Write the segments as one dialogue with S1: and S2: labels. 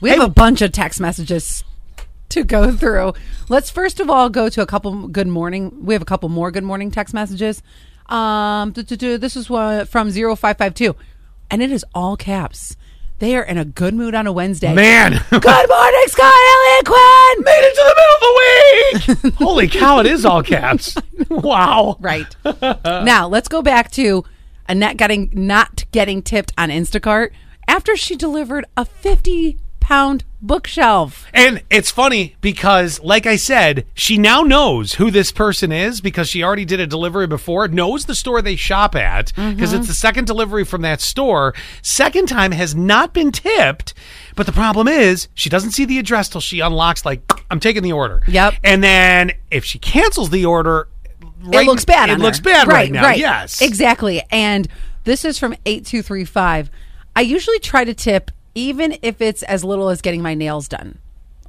S1: We have a bunch of text messages to go through. Let's first of all go to a couple good morning. We have a couple more good morning text messages. Um, duh, duh, duh, this is one from 0552, and it is all caps. They are in a good mood on a Wednesday.
S2: Man.
S1: Good morning, Scott Elliott Quinn.
S2: Made it to the middle of the week. Holy cow! It is all caps. Wow.
S1: Right. now, let's go back to Annette getting not getting tipped on Instacart after she delivered a 50 pound bookshelf.
S2: And it's funny because, like I said, she now knows who this person is because she already did a delivery before, knows the store they shop at because
S1: Mm-hmm.
S2: it's the second delivery from that store. Second time has not been tipped. But the problem is she doesn't see the address till she unlocks, like, I'm taking the order.
S1: Yep.
S2: And then if she cancels the order, right-
S1: it looks bad.
S2: It
S1: on
S2: looks
S1: her.
S2: bad right, now. Yes.
S1: exactly. And this is from eight two three five. I usually try to tip, even if it's as little as getting my nails done.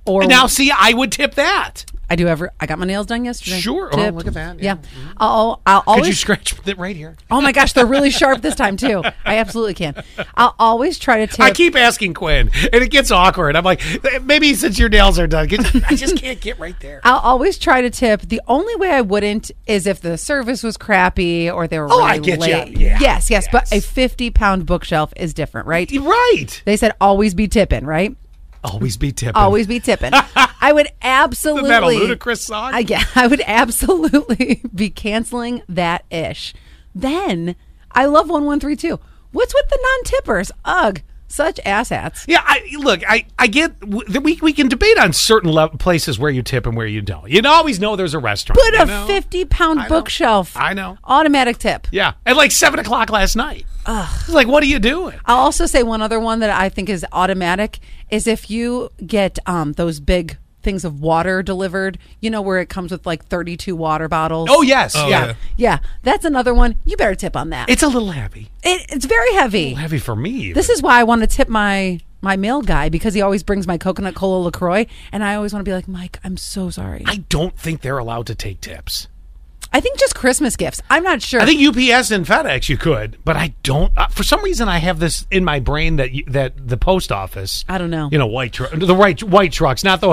S1: Or
S2: And Now, see, I would tip that.
S1: I do every. I got my nails done yesterday.
S2: Sure. Oh,
S1: Tipped.
S2: look at that.
S1: Yeah.
S2: Yeah.
S1: I'll, I'll
S2: Could you
S1: always.
S2: scratch it right here?
S1: oh my gosh, they're really sharp this time too. I absolutely can. I'll always try to tip.
S2: I keep asking Quinn, and it gets awkward. I'm like, maybe since your nails are done, get- I just can't get right there.
S1: I'll always try to tip. The only way I wouldn't is if the service was crappy or they were
S2: Oh,
S1: really
S2: I get ya.
S1: late.
S2: Yeah.
S1: Yes, yes, but a
S2: Yes.
S1: 50 pound bookshelf is different, right?
S2: Right.
S1: They said always be tipping, right?
S2: Always be tipping.
S1: Always be tipping. I would absolutely.
S2: that a ludicrous song?
S1: I, yeah, I would absolutely be canceling that ish. Then I love 1132. What's with the non tippers? Ugh, such asshats.
S2: Yeah, I, look, I, I get w- that we, we can debate on certain le- places where you tip and where you don't. You always know there's a restaurant.
S1: Put
S2: you
S1: a
S2: know?
S1: 50 pound
S2: know.
S1: bookshelf.
S2: I know.
S1: Automatic tip.
S2: Yeah, at like 7 o'clock last night. It's like, what are you doing?
S1: I'll also say one other one that I think is automatic is if you get um, those big things of water delivered, you know, where it comes with like 32 water bottles.
S2: Oh, yes.
S3: Oh,
S2: yeah.
S3: yeah.
S1: Yeah, that's another one. You better tip on that. It,
S2: It's a little heavy.
S1: it's very heavy.
S2: Heavy for me.
S1: This is why I want to tip my my mail guy because he always brings my coconut cola LaCroix. And I always want to be like, Mike, I'm so sorry. I,
S2: I don't think they're allowed to take tips.
S1: think just Christmas gifts. I'm not sure.
S2: I think UPS and FedEx you could, but I don't. Uh, for some reason, I have this in my brain that you, that the post office.
S1: I don't know.
S2: You know, white tru- the right white trucks, not the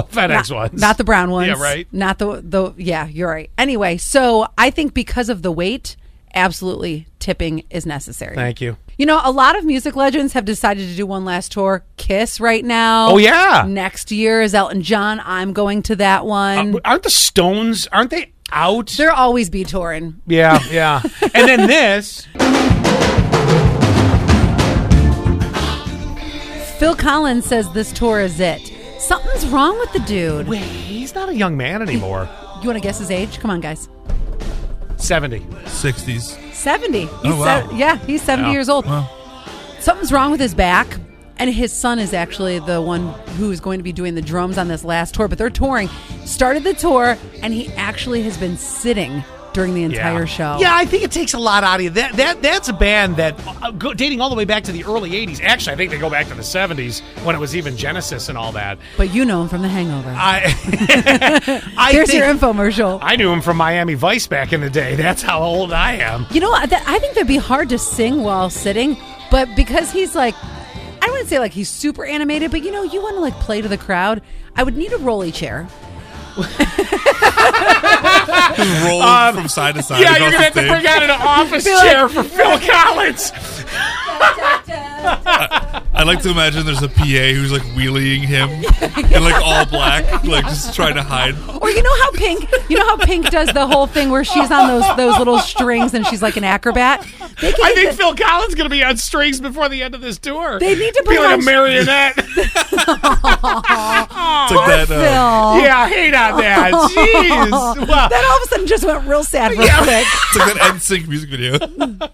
S1: not,
S2: FedEx ones,
S1: not the brown ones.
S2: Yeah, right.
S1: Not the the yeah, you're right. Anyway, so I think because of the weight, absolutely tipping is necessary.
S2: Thank you.
S1: You know, a lot of music legends have decided to do one last tour. Kiss right now.
S2: Oh, yeah.
S1: Next year is Elton John. I'm going to that one.
S2: Uh, aren't the Stones? Aren't they out?
S1: They'll always be touring.
S2: yeah, yeah. and then this.
S1: Phil Collins says this tour is it. Something's wrong with the dude.
S2: Wait, he's not a young man anymore.
S1: You want to guess his age? Come on, guys.
S2: Seventy.
S3: 60s.
S1: 70. He's
S3: Oh, wow.
S1: se- yeah, he's 70
S2: Yeah.
S1: years old.
S3: Wow.
S1: Something's wrong with his back, and his son is actually the one who is going to be doing the drums on this last tour, but they're touring. Started the tour, and he actually has been sitting during the entire
S2: yeah.
S1: show.
S2: Yeah, I think it takes a lot out of you. That that that's a band that uh, go, dating all the way back to the early '80s. Actually, I think they go back to the '70s when it was even Genesis and all that.
S1: But you know him from The Hangover.
S2: I, I
S1: There's
S2: think,
S1: your infomercial.
S2: I knew him from Miami Vice back in the day. That's how old I am.
S1: You know, what? that, I think that'd be hard to sing while sitting, but because he's like, I wouldn't say like he's super animated, but you know, you want to like play to the crowd. I would need a rolly chair.
S3: Rolling from side to side.
S2: Um, yeah,
S3: across
S2: you're
S3: the
S2: gonna have to
S3: stage.
S2: bring out an office
S1: Be like-
S2: chair for Phil Collins.
S3: I like to imagine there's a PA who's like wheeling him in like all black, like just trying to hide.
S1: Or you know how Pink, you know how Pink does the whole thing where she's on those those little strings and she's like an acrobat. They can
S2: I
S1: get
S2: think
S1: the-
S2: Phil Collins is gonna be on strings before the end of this tour.
S1: They need to
S2: be
S1: put
S2: like
S1: on-
S2: a marionette.
S3: It's like that. Uh,
S1: Phil.
S2: yeah, I hate on that. Jeez. Well,
S1: That all of a sudden just went real sad real quick.
S3: it's like that NSYNC music video.